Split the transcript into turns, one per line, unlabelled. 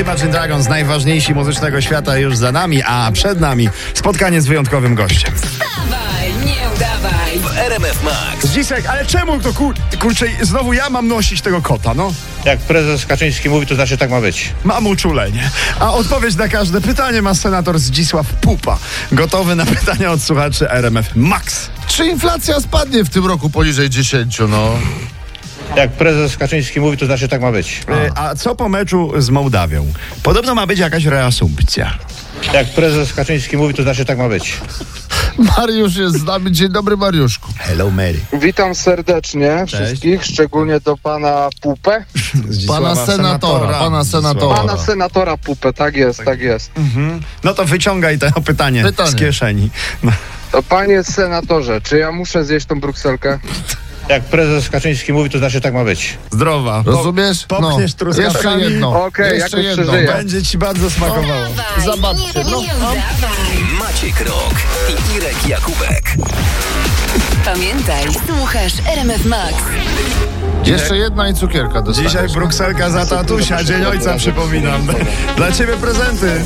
Imagine Dragons, najważniejsi muzycznego świata już za nami, a przed nami spotkanie z wyjątkowym gościem.
Wstawaj, nie udawaj!
RMF Max.
Zdzisek, ale czemu to kur... kurczę, znowu ja mam nosić tego kota, no?
Jak prezes Kaczyński mówi, to znaczy tak ma być.
Mam uczulenie. A odpowiedź na każde pytanie ma senator Zdzisław Pupa, gotowy na pytania od słuchaczy RMF Max.
Czy inflacja spadnie w tym roku poniżej 10, no?
Jak prezes Kaczyński mówi, to znaczy tak ma być.
Y, A co po meczu z Mołdawią? Podobno ma być jakaś reasumpcja.
Jak prezes Kaczyński mówi, to znaczy tak ma być.
Mariusz jest z nami. Dzień dobry, Mariuszku.
Hello Mary.
Witam serdecznie wszystkich, szczególnie do pana Pupę.
Pana senatora, pana senatora.
Pana senatora Pupę, tak jest, tak jest.
No to wyciągaj to pytanie,
Pytanie.
z kieszeni. No.
To Panie senatorze, czy ja muszę zjeść tą brukselkę?
Jak prezes Kaczyński mówi, to znaczy tak ma być.
Zdrowa. Po-
Rozumiesz? No.
Popchniesz truskawkami.
Jeszcze jedno.
Okej,
jeszcze
jakoś
jedno.
przeżyję.
Będzie ci bardzo smakowało.
Wstawaj,
Zobaczcie,
nie,
no.
nie udawaj!
Maciek Rok i Irek Jakubek.
Pamiętaj, słuchasz RMF Max.
Jeszcze jedna i cukierka dostaniesz.
Dzisiaj Brukselka za tatusia, Dzień Ojca przypominam. Dla ciebie prezenty.